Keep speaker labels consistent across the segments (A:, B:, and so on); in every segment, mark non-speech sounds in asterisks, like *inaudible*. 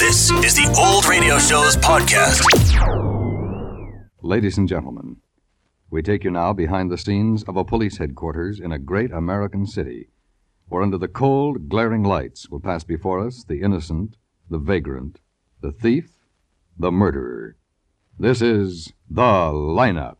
A: This is the Old Radio Show's podcast.
B: Ladies and gentlemen, we take you now behind the scenes of a police headquarters in a great American city, where under the cold, glaring lights will pass before us the innocent, the vagrant, the thief, the murderer. This is The Lineup.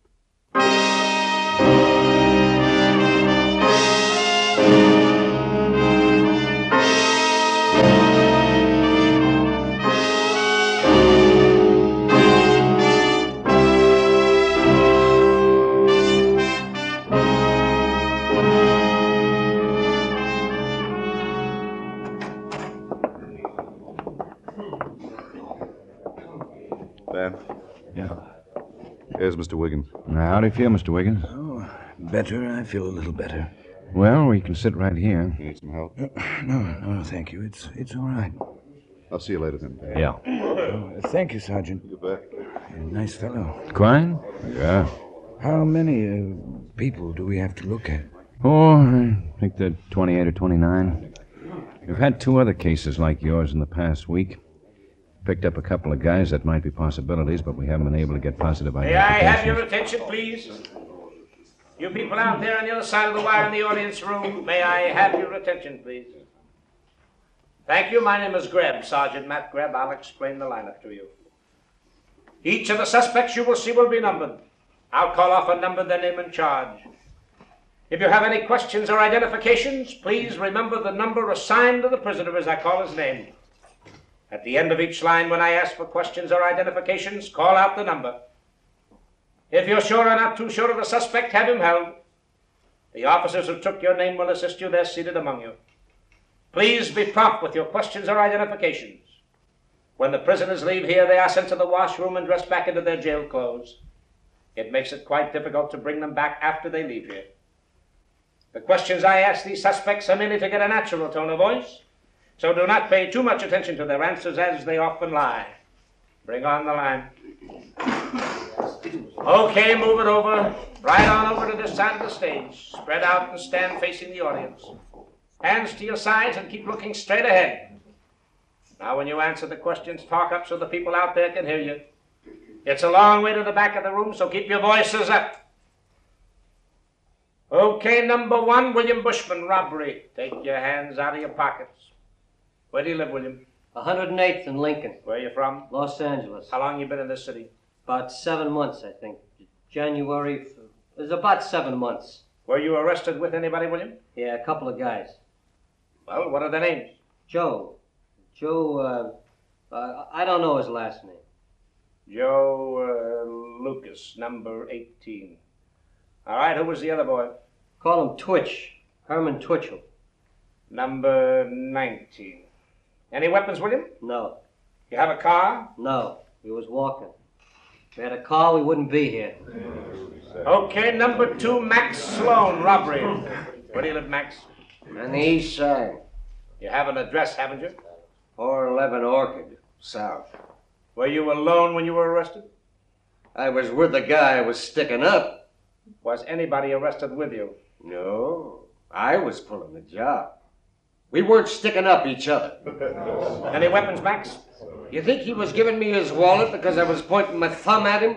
C: There.
D: Yeah.
B: Here's Mr. Wiggins.
D: Now, how do you feel, Mr. Wiggins?
C: Better. I feel a little better.
D: Well, we can sit right here.
B: You need some help?
C: No, no, thank you. It's it's all right.
B: I'll see you later then.
D: Yeah.
C: Oh, thank you, Sergeant.
B: You bet.
C: Nice fellow.
D: Quine? Yeah.
C: How many uh, people do we have to look at?
D: Oh, I think they're 28 or 29. We've had two other cases like yours in the past week. Picked up a couple of guys that might be possibilities, but we haven't been able to get positive
E: May I have
D: identifications.
E: your attention, please? You people out there on the other side of the wire in the audience room, may I have your attention, please? Thank you. My name is Greb, Sergeant Matt Greb. I'll explain the lineup to you. Each of the suspects you will see will be numbered. I'll call off a number, their name, and charge. If you have any questions or identifications, please remember the number assigned to the prisoner as I call his name. At the end of each line, when I ask for questions or identifications, call out the number. If you're sure or not too sure of the suspect, have him held. The officers who took your name will assist you. They're seated among you. Please be prompt with your questions or identifications. When the prisoners leave here, they are sent to the washroom and dressed back into their jail clothes. It makes it quite difficult to bring them back after they leave here. The questions I ask these suspects are merely to get a natural tone of voice, so do not pay too much attention to their answers as they often lie. Bring on the line. Okay, move it over. Right on over to this side of the stage. Spread out and stand facing the audience. Hands to your sides and keep looking straight ahead. Now, when you answer the questions, talk up so the people out there can hear you. It's a long way to the back of the room, so keep your voices up. Okay, number one, William Bushman, robbery. Take your hands out of your pockets. Where do you live, William?
F: 108th and Lincoln,
E: Where are you from?
F: Los Angeles.
E: How long you been in this city?
F: About seven months, I think. January. f- It was about seven months.
E: Were you arrested with anybody, William?
F: Yeah, a couple of guys.
E: Well, what are their names?
F: Joe. Joe, uh, uh, I don't know his last name.
E: Joe uh, Lucas, number 18. All right, who was the other boy?
F: Call him Twitch. Herman Twitchell.
E: Number 19. Any weapons, William?
F: No,
E: You have a car?
F: no. He was walking. If we had a car, we wouldn't be here.
E: Okay, number two, Max Sloan, robbery. Where do you live, Max?
F: On the east side.
E: You have an address, haven't you?
F: 411 Orchid, south.
E: Were you alone when you were arrested?
F: I was with the guy I was sticking up.
E: Was anybody arrested with you?
F: No, I was pulling the job. We weren't sticking up each other.
E: Any weapons, Max?
F: You think he was giving me his wallet because I was pointing my thumb at him?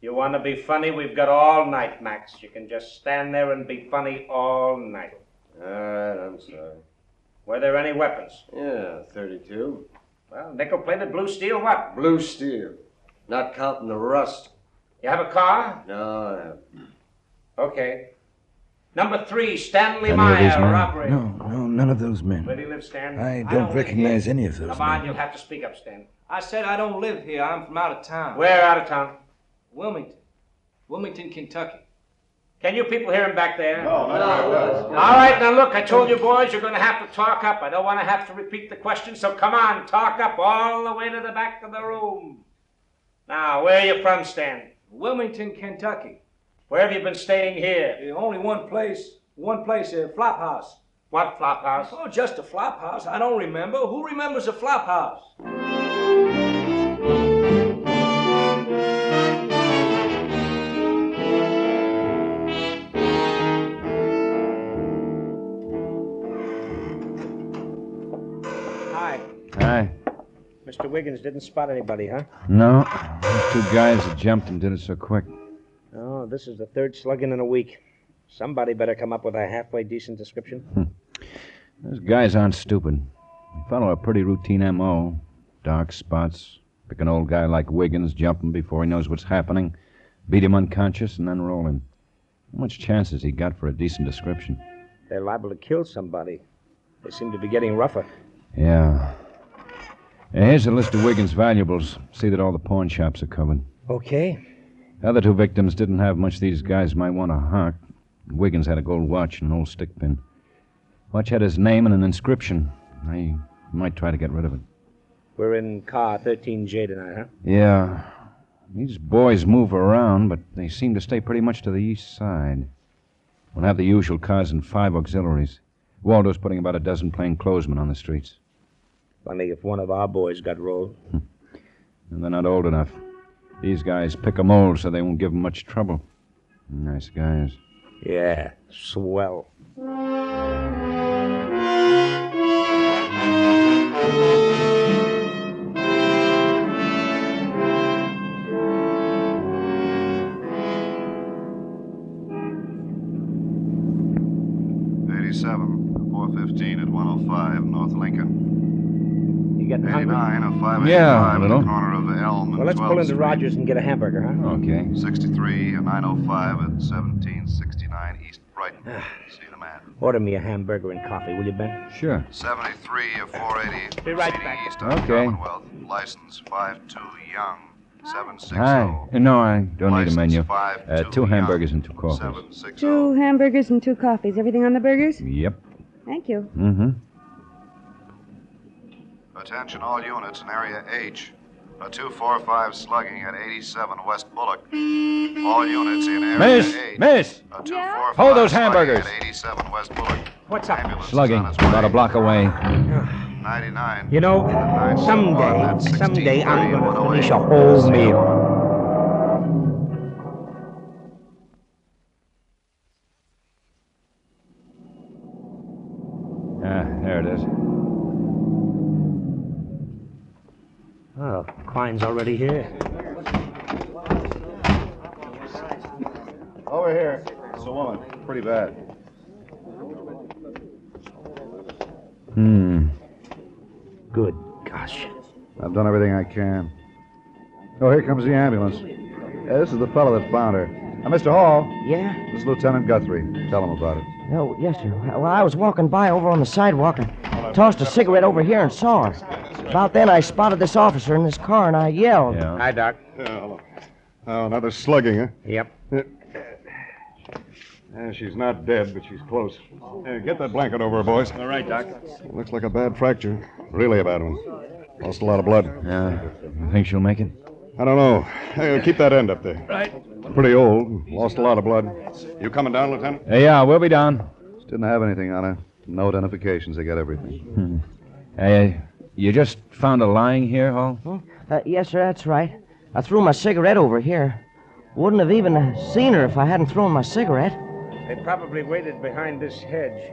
E: You want to be funny? We've got all night, Max. You can just stand there and be funny all night.
F: All right, I'm sorry.
E: Were there any weapons?
F: Yeah, 32.
E: Well, nickel plated, blue steel, what?
F: Blue steel. Not counting the rust.
E: You have a car?
F: No, I haven't.
E: Okay. Number three, Stanley
D: Any of these
E: Meyer,
D: men?
E: robbery.
C: No, no, none of those
E: Where do
C: men.
E: you live, Stan?
C: I don't recognize any of those
E: Come on,
C: men.
E: you'll have to speak up, Stan.
G: I said I don't live here. I'm from out of town.
E: Where out of town?
G: Wilmington. Wilmington, Kentucky.
E: Can you people hear him back there?
F: No, no,
E: All right, now look, I told you boys you're going to have to talk up. I don't want to have to repeat the question, so come on, talk up all the way to the back of the room. Now, where are you from, Stan?
G: Wilmington, Kentucky.
E: Where have you been staying here?
G: The only one place, one place, a flop house.
E: What flop house?
G: Oh, just a flop house. I don't remember. Who remembers a flop house?
E: Hi.
D: Hi.
E: Mr. Wiggins didn't spot anybody, huh?
D: No, those two guys that jumped him did it so quick.
E: Oh, this is the third slugging in a week. Somebody better come up with a halfway decent description.
D: Those guys aren't stupid. They follow a pretty routine M.O. Dark spots, pick an old guy like Wiggins, jump him before he knows what's happening, beat him unconscious, and then roll him. How much chance has he got for a decent description?
E: They're liable to kill somebody. They seem to be getting rougher.
D: Yeah. Yeah, Here's a list of Wiggins' valuables. See that all the pawn shops are covered.
E: Okay.
D: The other two victims didn't have much these guys might want to hock. Wiggins had a gold watch and an old stick pin. Watch had his name and an inscription. I might try to get rid of it.
E: We're in car 13J tonight, huh?
D: Yeah. These boys move around, but they seem to stay pretty much to the east side. We'll have the usual cars and five auxiliaries. Waldo's putting about a dozen plainclothesmen on the streets.
E: Funny if one of our boys got rolled.
D: And they're not old enough. These guys pick 'em old so they won't give 'em much trouble. Nice guys.
E: Yeah, swell.
B: Eighty-seven, four fifteen at one oh five North Lincoln.
E: You getting hungry?
B: Eighty-nine, a five
D: Yeah,
B: eighty-five
D: a
B: at
D: little.
B: the corner of Elm and
E: Well, let's pull
B: 12th
E: into
B: Street.
E: Rogers and get a hamburger, huh?
D: Okay.
B: Sixty-three, a nine oh five at seventeen sixty-nine East
E: *sighs*
B: Brighton. See the man.
E: Order me a hamburger and coffee, will you, Ben?
D: Sure.
B: Seventy-three, a four eighty.
E: Be right back.
B: East of
D: Okay.
B: Commonwealth. License five-two Young, seven six
D: Hi.
B: oh.
D: No, I don't need a menu.
B: License
D: Uh,
B: 52
D: two
B: Young,
D: hamburgers and two coffees.
B: 760.
H: Two hamburgers and two coffees. Everything on the burgers?
D: Yep.
H: Thank you.
D: Mm-hmm.
B: Attention all units in Area H. A 245 slugging at 87 West Bullock. All units in Area
D: Miss!
B: H.
D: Miss!
B: A 245
D: Hold those
B: slugging
D: hamburgers.
B: At 87 West Bullock.
E: What's up?
B: Ambulance is
D: Slugging.
B: on its way.
D: About a block away.
B: 99.
E: You know,
I: Oh,
E: someday, someday I'm going to finish a whole meal.
D: Ah, there it is.
E: Oh, Klein's already here.
B: Over here. It's a woman. Pretty bad.
D: Hmm.
E: Good gosh.
B: I've done everything I can. Oh, here comes the ambulance. Yeah, this is the fellow that found her. Now, Mr. Hall,
F: Yeah?
B: this is Lieutenant Guthrie. Tell him about it.
F: No, yes, sir. Well, I was walking by over on the sidewalk and tossed a cigarette over here and saw her. About then, I spotted this officer in this car and I yelled.
D: Yeah.
E: Hi, Doc.
B: Oh, another slugging, huh?
E: Yep.
B: Yeah, she's not dead, but she's close. Hey, get that blanket over her, boys. All right, Doc. Looks like a bad fracture. Really a bad one. Lost a lot of blood.
D: Yeah. You think she'll make it?
B: I don't know. Hey, keep that end up there. Right. Pretty old. Lost a lot of blood. You coming down, Lieutenant?
D: Hey, yeah, we'll be down.
B: Didn't have anything on her. No identifications. They got everything.
D: Hey, you just found her lying here, Hall?
F: Uh, yes, sir, that's right. I threw my cigarette over here. Wouldn't have even uh, seen her if I hadn't thrown my cigarette.
E: They probably waited behind this hedge,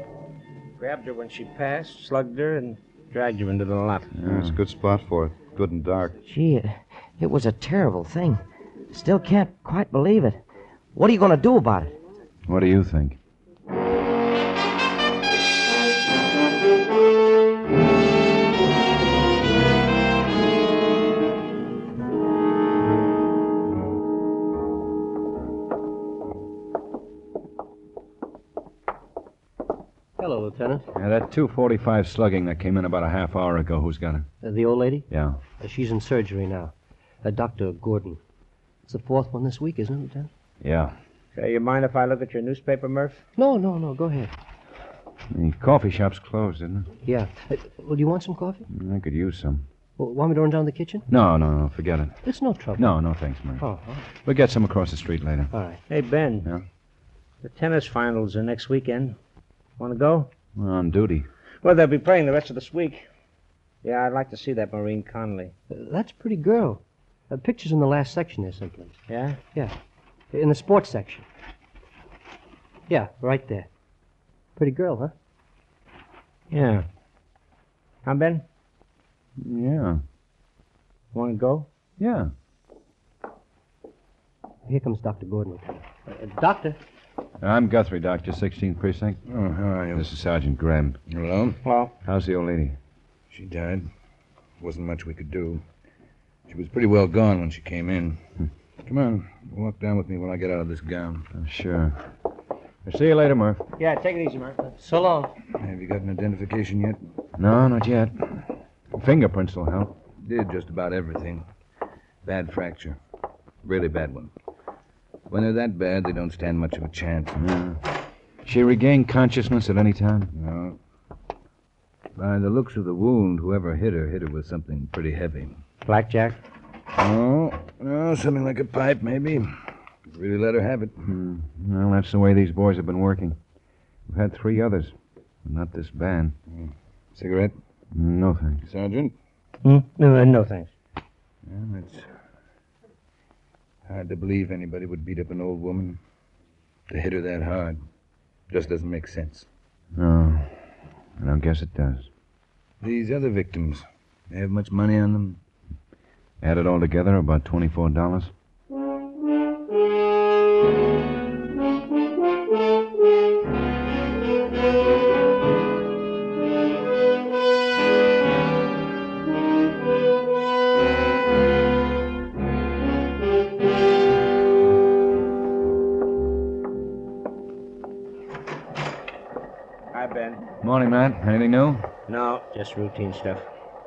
E: grabbed her when she passed, slugged her, and dragged her into the lot.
B: Yeah, it's a good spot for it. Good and dark.
F: Gee, it, it was a terrible thing. Still can't quite believe it. What are you going to do about it?
D: What do you think?
F: Hello, Lieutenant.
D: Yeah, that 245 slugging that came in about a half hour ago, who's got it?
F: Uh, the old lady? Uh,
D: Yeah.
F: she's in surgery now. Dr. Gordon. It's the fourth one this week, isn't it, Lieutenant?
D: Yeah.
E: Say, you mind if I look at your newspaper, Murph?
F: No, no, no. Go ahead.
D: The coffee shop's closed, isn't
F: Yeah. Uh, well, do you want some coffee?
D: it? I could use some.
F: Well, want me to run down to the kitchen?
D: No, no, no, forget it.
F: It's no trouble.
D: No, no, thanks, Murray.
F: Oh, oh,
D: We'll get some across the street later.
F: all right.
E: Hey, Ben.
D: Yeah?
E: The tennis finals are next weekend. Want to go?
D: We're on duty.
E: Well, they'll be playing the rest of this week. Yeah, I'd like to see that Maureen Conley.
F: Uh, That's a pretty girl. Uh, pictures in the last section there, someplace. Uh,
E: Yeah?
F: In the sports section. Yeah, right there. Pretty girl, huh?
E: Yeah. Huh, Ben?
D: Yeah.
F: Want to go?
D: Yeah.
F: Here comes Dr. Gordon, Uh, Lieutenant.
E: Doctor?
D: Uh, I'm Guthrie, Doctor, 16th Precinct. Oh, how are you? This is Sergeant Graham.
B: Hello?
D: Hello. How's the old lady?
B: She died. Wasn't much we could do. She was pretty well gone when she came in.
D: Hmm.
B: Come on, walk down with me when I get out of this gown.
D: Uh, sure. I'll see you later, Murph.
E: Yeah, take it easy, Murph. So long.
B: Have you got an identification yet?
D: No, not yet. Fingerprints will help.
B: Did just about everything. Bad fracture. Really bad one. When they're that bad, they don't stand much of a chance.
D: She regained consciousness at any time?
B: No. By the looks of the wound, whoever hit her hit her with something pretty heavy.
E: Blackjack?
B: Oh, no, something like a pipe, maybe. Really let her have it.
D: Hmm. Well, that's the way these boys have been working. We've had three others, but not this band.
B: Mm. Cigarette?
D: No, thanks.
B: Sergeant?
E: No, uh, no thanks.
B: Well, it's hard to believe anybody would beat up an old woman. To hit her that hard just doesn't make sense.
D: No. I don't guess it does.
B: These other victims, they have much money on them?
D: Add it all together, about $24.
J: Hi, Ben.
D: Morning, Matt. Anything new?
E: No, just routine stuff.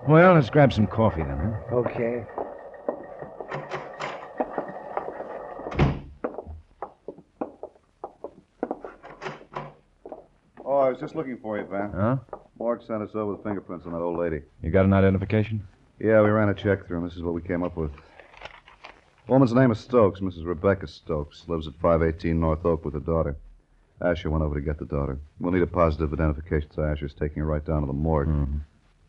D: Well, let's grab some coffee then, huh?
E: Okay.
K: Oh, I was just looking for you, Van.
D: Huh?
K: Mark sent us over the fingerprints on that old lady.
D: You got an identification?
K: Yeah, we ran a check through, and this is what we came up with. Woman's name is Stokes, Mrs. Rebecca Stokes. Lives at 518 North Oak with her daughter. Asher went over to get the daughter. We'll need a positive identification, so Asher's taking her right down to the morgue.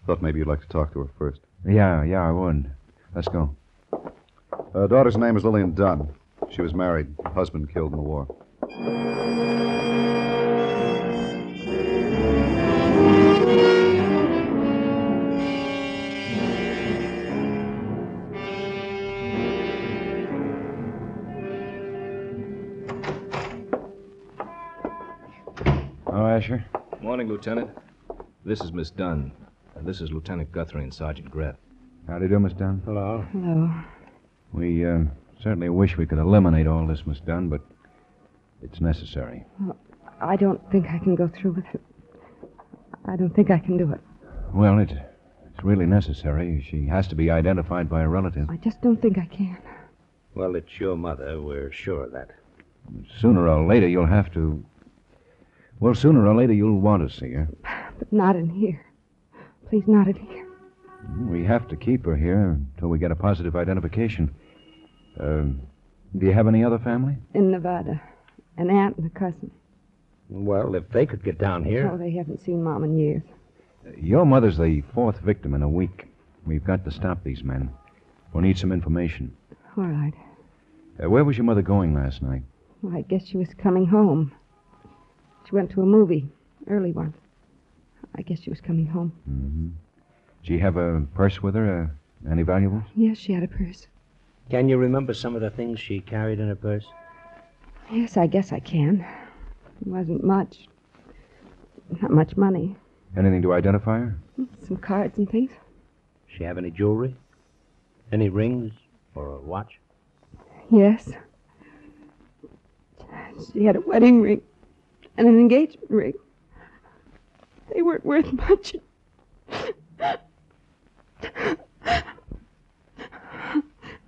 K: Thought maybe you'd like to talk to her first.
D: Mm-hmm. Yeah, yeah, I would. Let's go.
K: Uh, daughter's name is Lillian Dunn. She was married. Husband killed in the war.
D: Oh, Asher?
L: Morning, Lieutenant. This is Miss Dunn, and this is Lieutenant Guthrie and Sergeant Greb.
D: How do you do, Miss Dunn?
L: Hello.
H: Hello.
D: We uh, certainly wish we could eliminate all this, Miss Dunn, but it's necessary.
H: I don't think I can go through with it. I don't think I can do it.
D: Well, it, it's really necessary. She has to be identified by a relative.
H: I just don't think I can.
L: Well, it's your mother. We're sure of that.
D: Sooner or later, you'll have to. Well, sooner or later, you'll want to see her.
H: But not in here. Please, not in here.
D: We have to keep her here until we get a positive identification. Uh, do you have any other family?
H: In Nevada. An aunt and a cousin.
L: Well, if they could get down
H: Oh, they haven't seen Mom in years.
D: Your mother's the fourth victim in a week. We've got to stop these men. We'll need some information.
H: All right.
D: Uh, where was your mother going last night?
H: Well, I guess she was coming home. She went to a movie, early one. I guess she was coming home.
D: Mm-hmm. Did she have a purse with her? Uh, any valuables?
H: Yes, she had a purse.
E: Can you remember some of the things she carried in her purse?
H: Yes, I guess I can. It wasn't much. Not much money.
D: Anything to identify her?
H: Some cards and things.
E: She have any jewelry? Any rings or a watch?
H: Yes. She had a wedding ring and an engagement ring. They weren't worth much.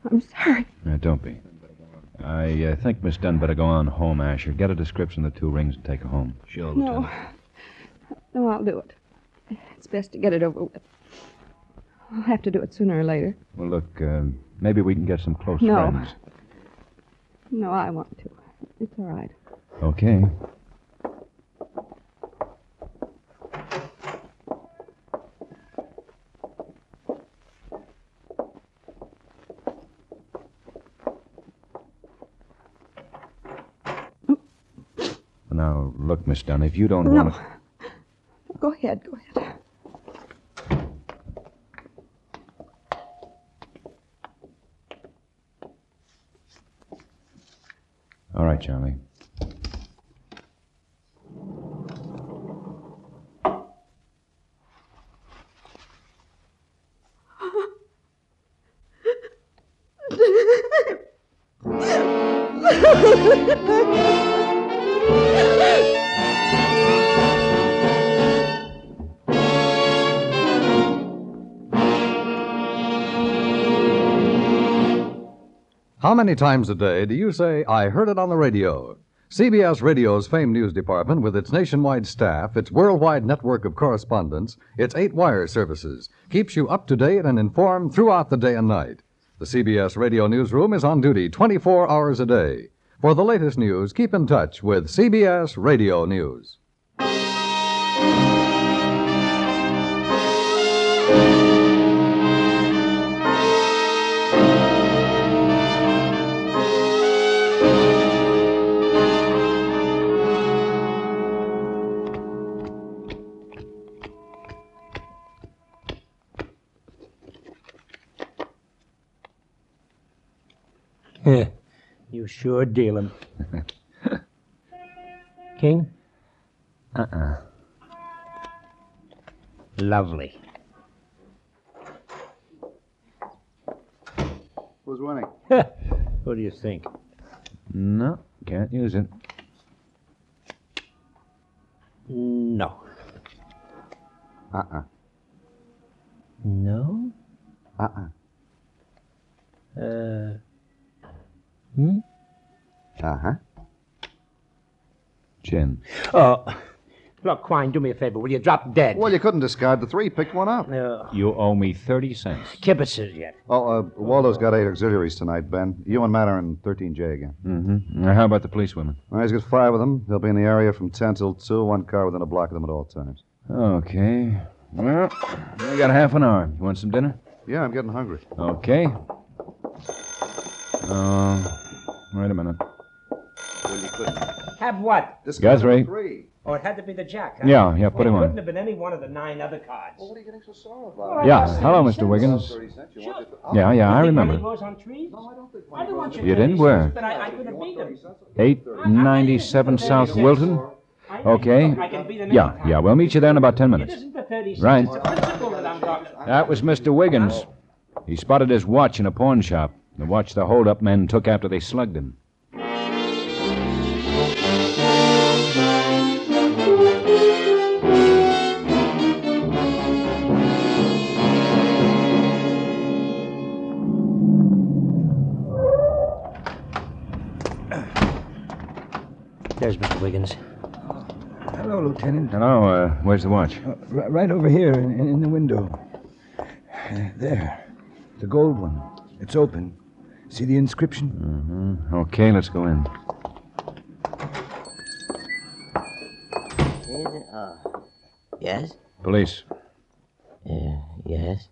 H: I'm sorry.
D: Uh, don't be. I uh, think Miss Dunn better go on home, Asher. Get a description of the two rings and take her home. Sure,
H: No. No, I'll do it. It's best to get it over with. I'll have to do it sooner or later.
D: Well, look, uh, maybe we can get some close
H: No.
D: friends.
H: No, I want to. It's all right.
D: Okay. Now, look, Miss Dunn, if you don't
H: No.
D: want to.
H: Go ahead, go ahead.
D: All right, Charlie.
H: *laughs*
B: How many times a day do you say, I heard it on the radio? CBS Radio's famed news department, with its nationwide staff, its worldwide network of correspondents, its eight wire services, keeps you up to date and informed throughout the day and night. The CBS Radio Newsroom is on duty 24 hours a day. For the latest news, keep in touch with CBS Radio News.
C: you sure deal 'em. King? Uh-uh. Lovely.
I: Who's winning?
C: *laughs* What do you think?
D: No, can't use it.
C: No.
I: Uh-uh.
C: No?
I: Uh-uh.
C: Uh. Hmm?
I: Uh-huh.
D: Chin.
C: Oh. Look, Quine, do me a favor. Will you drop dead?
I: Well, you couldn't discard the three. Pick one up.
C: No.
D: You owe me 30 cents.
C: Kibitzes yet.
I: Oh, uh, Waldo's got eight auxiliaries tonight, Ben. You and Matt are in 13J again.
D: Mm-hmm. Now, how about the policewomen?
I: Well, he's got five of them. They'll be in the area from 10 till 2, one car within a block of them at all times.
D: Okay. Well, we got half an hour. You want some dinner?
I: Yeah, I'm getting hungry.
D: Okay. Uh, wait a minute.
I: Well, you couldn't.
E: Have what?
I: This
D: Guthrie.
I: Three.
E: Oh, it had to be the jack, huh?
D: Yeah, yeah, put
E: Well,
D: him
E: it
D: on.
E: couldn't have been any one of the nine other cards. Well,
I: what are you getting so sorry
E: about?
D: Yeah, hello, Mr. Wiggins.
I: Oh.
D: Yeah, yeah, I remember.
E: was on trees? No, I don't think I didn't want your
D: You didn't?
E: thirty
D: Where?
E: cents, But I, I could have beat them.
D: 897 South Wilton.
E: I- I-
D: Okay.
E: look, I can beat them
D: Yeah,
E: anytime.
D: yeah, we'll meet you there in about 10 minutes.
E: It isn't the 30 cents.
D: Right.
E: It's the principle that I'm talking about.
D: That was Mr. Wiggins. He spotted his watch in a pawn shop. The watch the holdup men took after they slugged him.
C: There's Mr. Wiggins.
M: Hello, Lieutenant.
D: Hello, uh, where's the watch?
M: R- right over here in, in the window. Uh, there. The gold one. It's open. See the inscription?
D: Mm-hmm. Okay, let's go in.
F: Uh, Yes?
D: Police,
F: Uh, yes?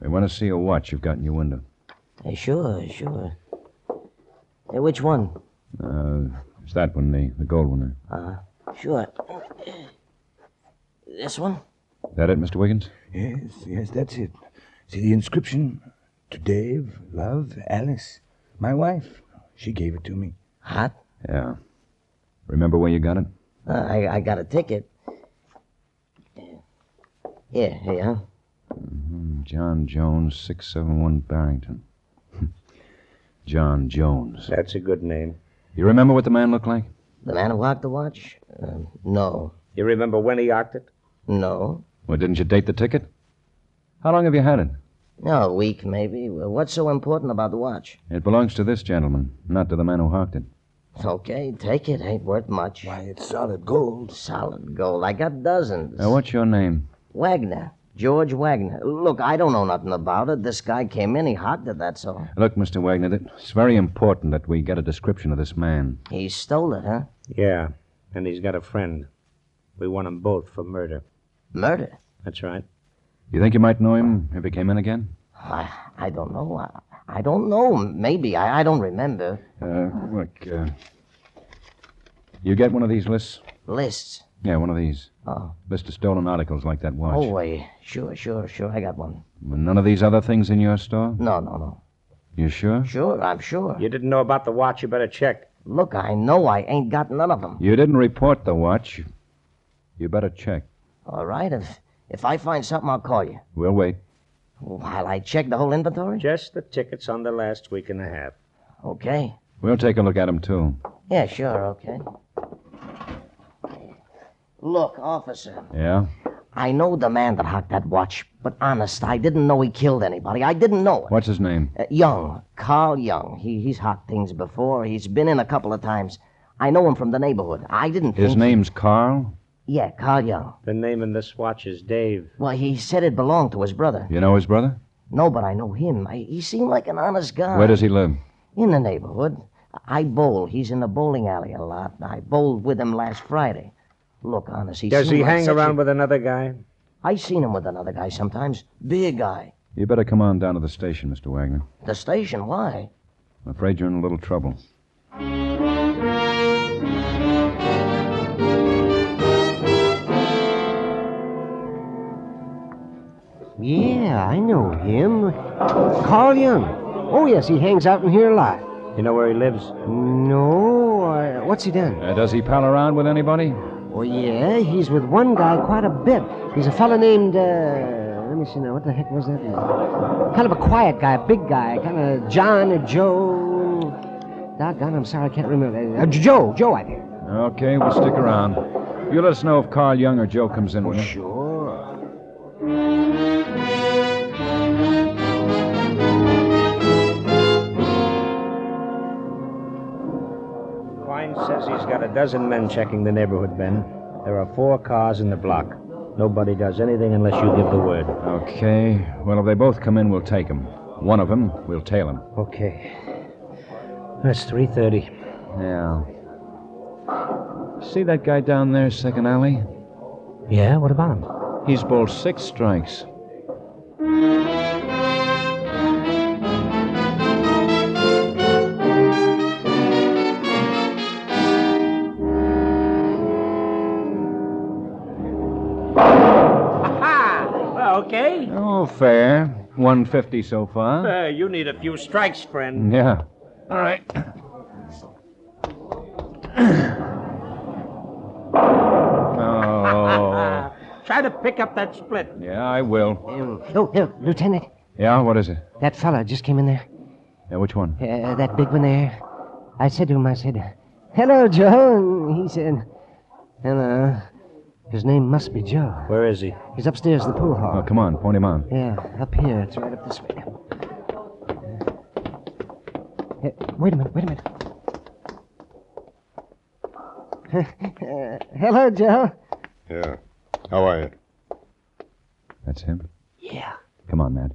D: we want to see a watch you've got in your window.
F: Uh, sure, sure. Uh, which one?
D: Uh, it's that one, the, the gold one there.
F: Uh, sure. This one?
D: That it, Mr. Wiggins?
M: Yes, yes, that's it. See the inscription? To Dave, love, Alice. My wife. She gave it to me.
F: Hot?
D: Yeah. Remember where you got it?
F: Uh, I, I got a ticket. Yeah, here, huh?
D: Mhm, John Jones, 671 Barrington. *laughs* John Jones.
C: That's a good name.
D: You remember what the man looked like?
F: The man who hocked the watch? Uh, no.
C: You remember when he hocked it?
F: No.
D: Well, didn't you date the ticket? How long have you had it?
F: No, a week, maybe. Well, What's so important about the watch?
D: It belongs to this gentleman, not to the man who hawked it.
F: Okay, take it. Ain't worth much. Why, it's solid gold. Solid gold. I got dozens.
D: Now, what's your name?
F: Wagner. George Wagner. Look, I don't know nothing about it. This guy came in, he hocked it, that's all.
D: Look, Mr. Wagner, that- it's very important that we get a description of this man.
F: He stole it, huh?
C: Yeah, and he's got a friend. We want 'em both for murder.
F: Murder?
C: That's right.
D: You think you might know him if he came in again?
F: I, I don't know. I, I don't know. Maybe. I, I don't remember.
D: Uh, look, uh, you get one of these lists?
F: Lists?
D: Yeah, one of these.
F: Oh.
D: List of stolen articles like that watch.
F: Oh, wait. Sure, sure, sure. I got one.
D: None of these other things in your store?
F: No, no, no.
D: You sure?
F: Sure, I'm sure.
C: You didn't know about the watch, you better check.
F: Look, I know I ain't got none of them.
D: You didn't report the watch. You better check.
F: All right, if if I find something, I'll call you.
D: We'll wait.
F: While I check the whole inventory?
C: Just the tickets on the last week and a half.
F: Okay.
D: We'll take a look at them, too.
F: Yeah, sure, okay. Look, officer,
D: Yeah?
F: I know the man that hocked that watch, but honest, I didn't know he killed anybody. I didn't know it.
D: What's his name?
F: Uh, Young, Carl Young. He, he's hocked things before. He's been in a couple of times. I know him from the neighborhood. I didn't
D: His
F: think-
D: name's Carl?
F: Yeah, Carl Young.
C: The name in this watch is Dave.
F: Well, he said it belonged to his brother.
D: You know his brother?
F: No, but I know him. I, he seemed like an honest guy.
D: Where does he live?
F: In the neighborhood. I bowl. He's in the bowling alley a lot. I bowled with him last Friday. Look, honest, he
C: Does
F: seemed
C: he
F: like
C: hang
F: such
C: around
F: A...
C: with another guy?
F: I seen him with another guy sometimes. Big guy.
D: You better come on down to the station, Mr. Wagner.
F: The station. Why?
D: I'm afraid you're in a little trouble.
N: Yeah, I know him. Carl Young. Oh, yes, he hangs out in here a lot.
C: You know where he lives?
N: No, I, what's he done?
D: Uh, does he pal around with anybody?
N: Oh, yeah, he's with one guy quite a bit. He's a fella named, uh, let me see now, what the heck was that name? Kind of a quiet guy, big guy, kind of John or Joe. Doggone, I'm sorry, I can't remember. Uh, Joe, Joe, I think.
D: Okay, we'll stick around. You let us know if Carl Young or Joe comes in. Oh,
N: sure.
C: Klein says he's got a dozen men checking the neighborhood, Ben. There are four cars in the block. Nobody does anything unless you give the word.
D: Okay. Well, if they both come in, we'll take them. One of them, we'll tail him.
C: Okay. That's 3.30.
D: Yeah. See that guy down there, second alley?
C: Yeah, what about him?
D: He's bowled six strikes.
E: Well, okay.
D: Oh, fair. 150 so far.
E: Uh, you need a few strikes, friend.
D: Yeah.
E: All right.
D: *clears throat* Oh.
E: Uh, Try to pick up that split.
D: Yeah, I will.
N: Oh, no, Lieutenant,
D: Yeah, what is it?
N: that fella just came in there.
D: Yeah, which one?
N: Uh, that big one there. I said to him, I said, Hello, Joe. And he said, Hello. His name must be Joe.
C: Where is he?
N: He's upstairs in the pool hall.
D: Oh, come on, point him on.
N: Yeah, up here. It's right up this way. Uh, wait a minute, wait a minute. Uh, *laughs* hello, Joe.
O: Yeah. How are you?
D: That's him.
N: Yeah.
D: Come on, Matt.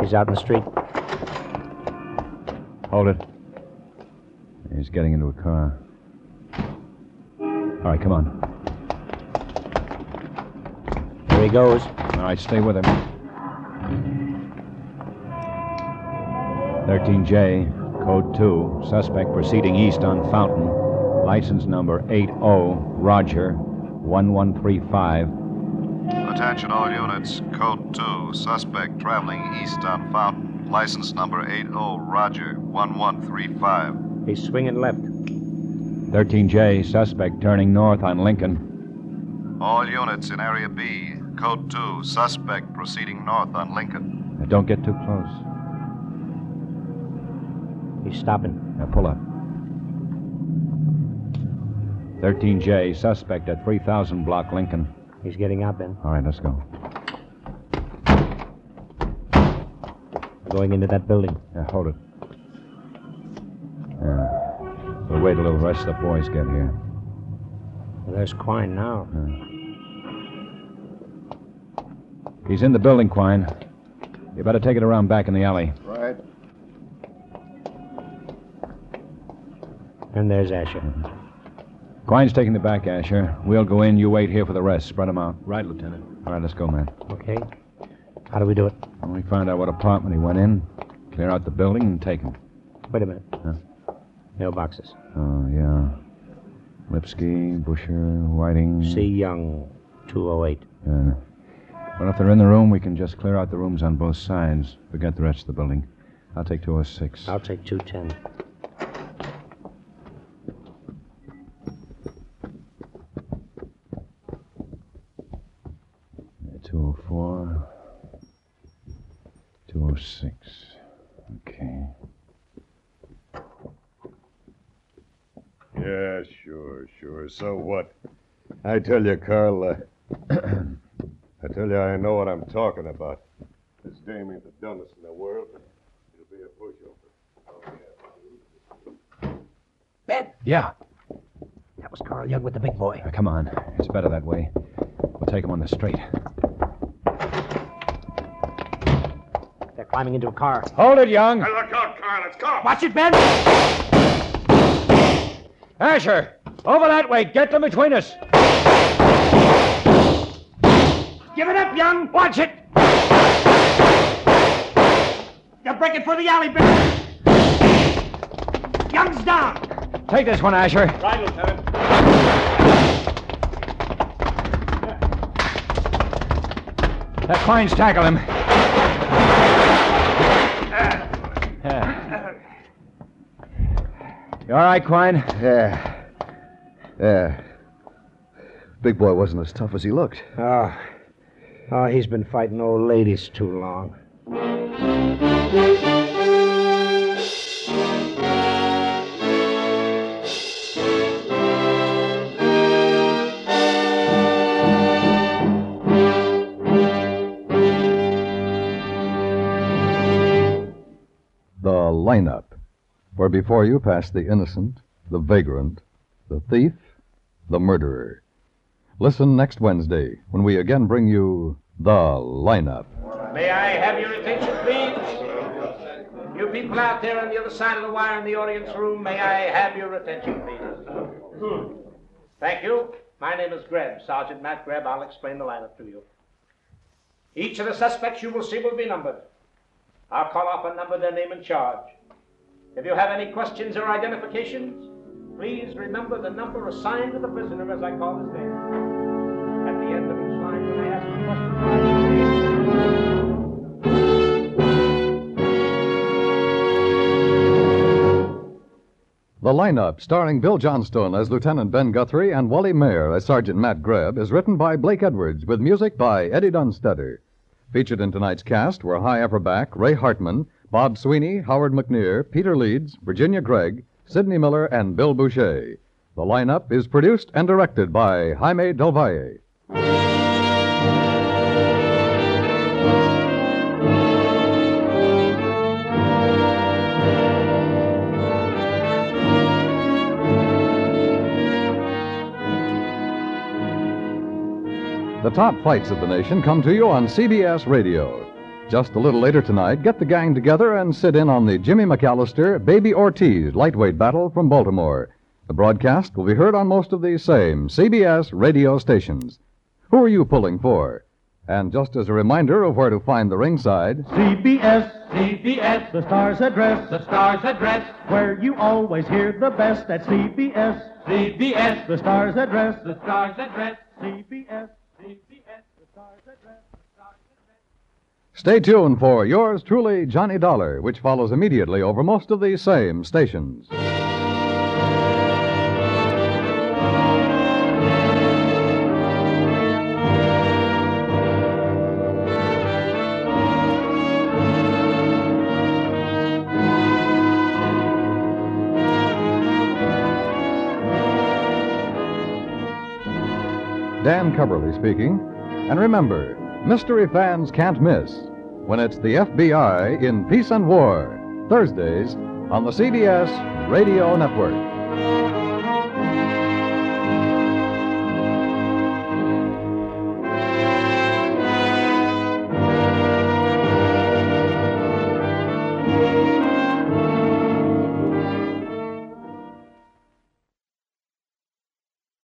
C: He's out in the street.
D: Hold it. He's getting into a car. All right, come on.
C: There he goes.
D: All right, stay with him. 13J, code 2, suspect proceeding east on Fountain, license number 80, Roger 1135.
I: Attention all units. Code 2. Suspect traveling east on Fountain. License number 80
B: oh,
I: Roger 1135.
C: He's swinging left.
D: 13J, suspect turning north on Lincoln.
I: All units in Area B. Code 2. Suspect proceeding north on Lincoln.
D: Now, don't get too close.
C: He's stopping.
D: Now pull up. 13J, suspect at 3000 block Lincoln.
C: He's getting out, Ben.
D: All right, let's go.
C: Going into that building.
D: Yeah, hold it. Yeah. We'll wait a little rest the boys get here.
C: Well, there's Quine now.
D: He's in the building, Quine. You better take it around back in the alley.
I: Right.
C: And there's Asher.
D: Quine's taking the back, Asher. We'll go in. You wait here for the rest. Spread them out.
P: Right, Lieutenant.
D: All right, let's go, man.
C: Okay. How do we do it?
D: When we find out what apartment he went in, clear out the building and take him.
C: Wait a minute.
D: Huh?
C: Mailboxes.
D: Oh, yeah. Lipsky, Busher, Whiting.
C: oh C. Young, 208.
D: Yeah. Well, if they're in the room, we can just clear out the rooms on both sides. Forget the rest of the building. I'll take 206.
C: I'll take 210.
D: Yeah, 204. 206. Okay.
O: Yeah, sure, sure. So what? I tell you, Carl, uh, I tell you, I know what I'm talking about. This dame ain't the dumbest in the world, but she'll be a pushover.
D: Yeah,
N: That was Carl Young with the big boy.
D: come on. It's better that way. We'll take him on the straight.
N: They're climbing into a car.
D: Hold it, Young.
O: look out, Carl. It's Carl.
N: Watch it, Ben.
D: Asher, over that way. Get them between us.
G: Give it up, young. Watch it. They're breaking for the alley, Ben. Young's down.
D: Take this one, Asher.
G: Right, Lieutenant.
D: Let Klein's tackle him. Yeah. You all right, Quine?
I: Yeah. Yeah. Big boy wasn't as tough as he looked.
C: Oh.
N: Ah.
C: oh, he's been fighting old ladies too long.
B: The lineup, where before you pass the innocent, the vagrant, the thief, the murderer. Listen next Wednesday when we again bring you the lineup.
E: May I have your attention, please? You people out there on the other side of the wire in the audience room, may I have your attention, please? Thank you. My name is Greb, Sergeant Matt Greb. I'll explain the lineup to you. Each of the suspects you will see will be numbered. I'll call off a number, their name, and charge. If you have any questions or identifications, please remember the number assigned to the prisoner as I call his name. At the end of each line, you may ask a question.
B: The lineup, starring Bill Johnstone as Lieutenant Ben Guthrie and Wally Mayer as Sergeant Matt Greb, is written by Blake Edwards with music by Eddie Dunstetter. Featured in tonight's cast were High Upperback, Ray Hartman, Bob Sweeney, Howard McNear, Peter Leeds, Virginia Gregg, Sidney Miller, and Bill Boucher. The lineup is produced and directed by Jaime Del Valle. The top fights of the nation come to you on CBS Radio. Just a little later tonight, get the gang together and sit in on the Jimmy McAllister Baby Ortiz lightweight battle from Baltimore. The broadcast will be heard on most of these same CBS radio stations. Who are you pulling for? And just as a reminder of where to find the ringside,
Q: CBS, CBS, the star's address, the star's address, where you always hear the best. That's CBS, CBS, the star's address, the star's address, CBS, CBS, the star's address.
B: stay tuned for yours truly, Johnny Dollar, which follows immediately over most of these same stations. Dan Coverly speaking. And remember, mystery fans can't miss when it's the FBI in Peace and War, Thursdays on the CBS Radio Network.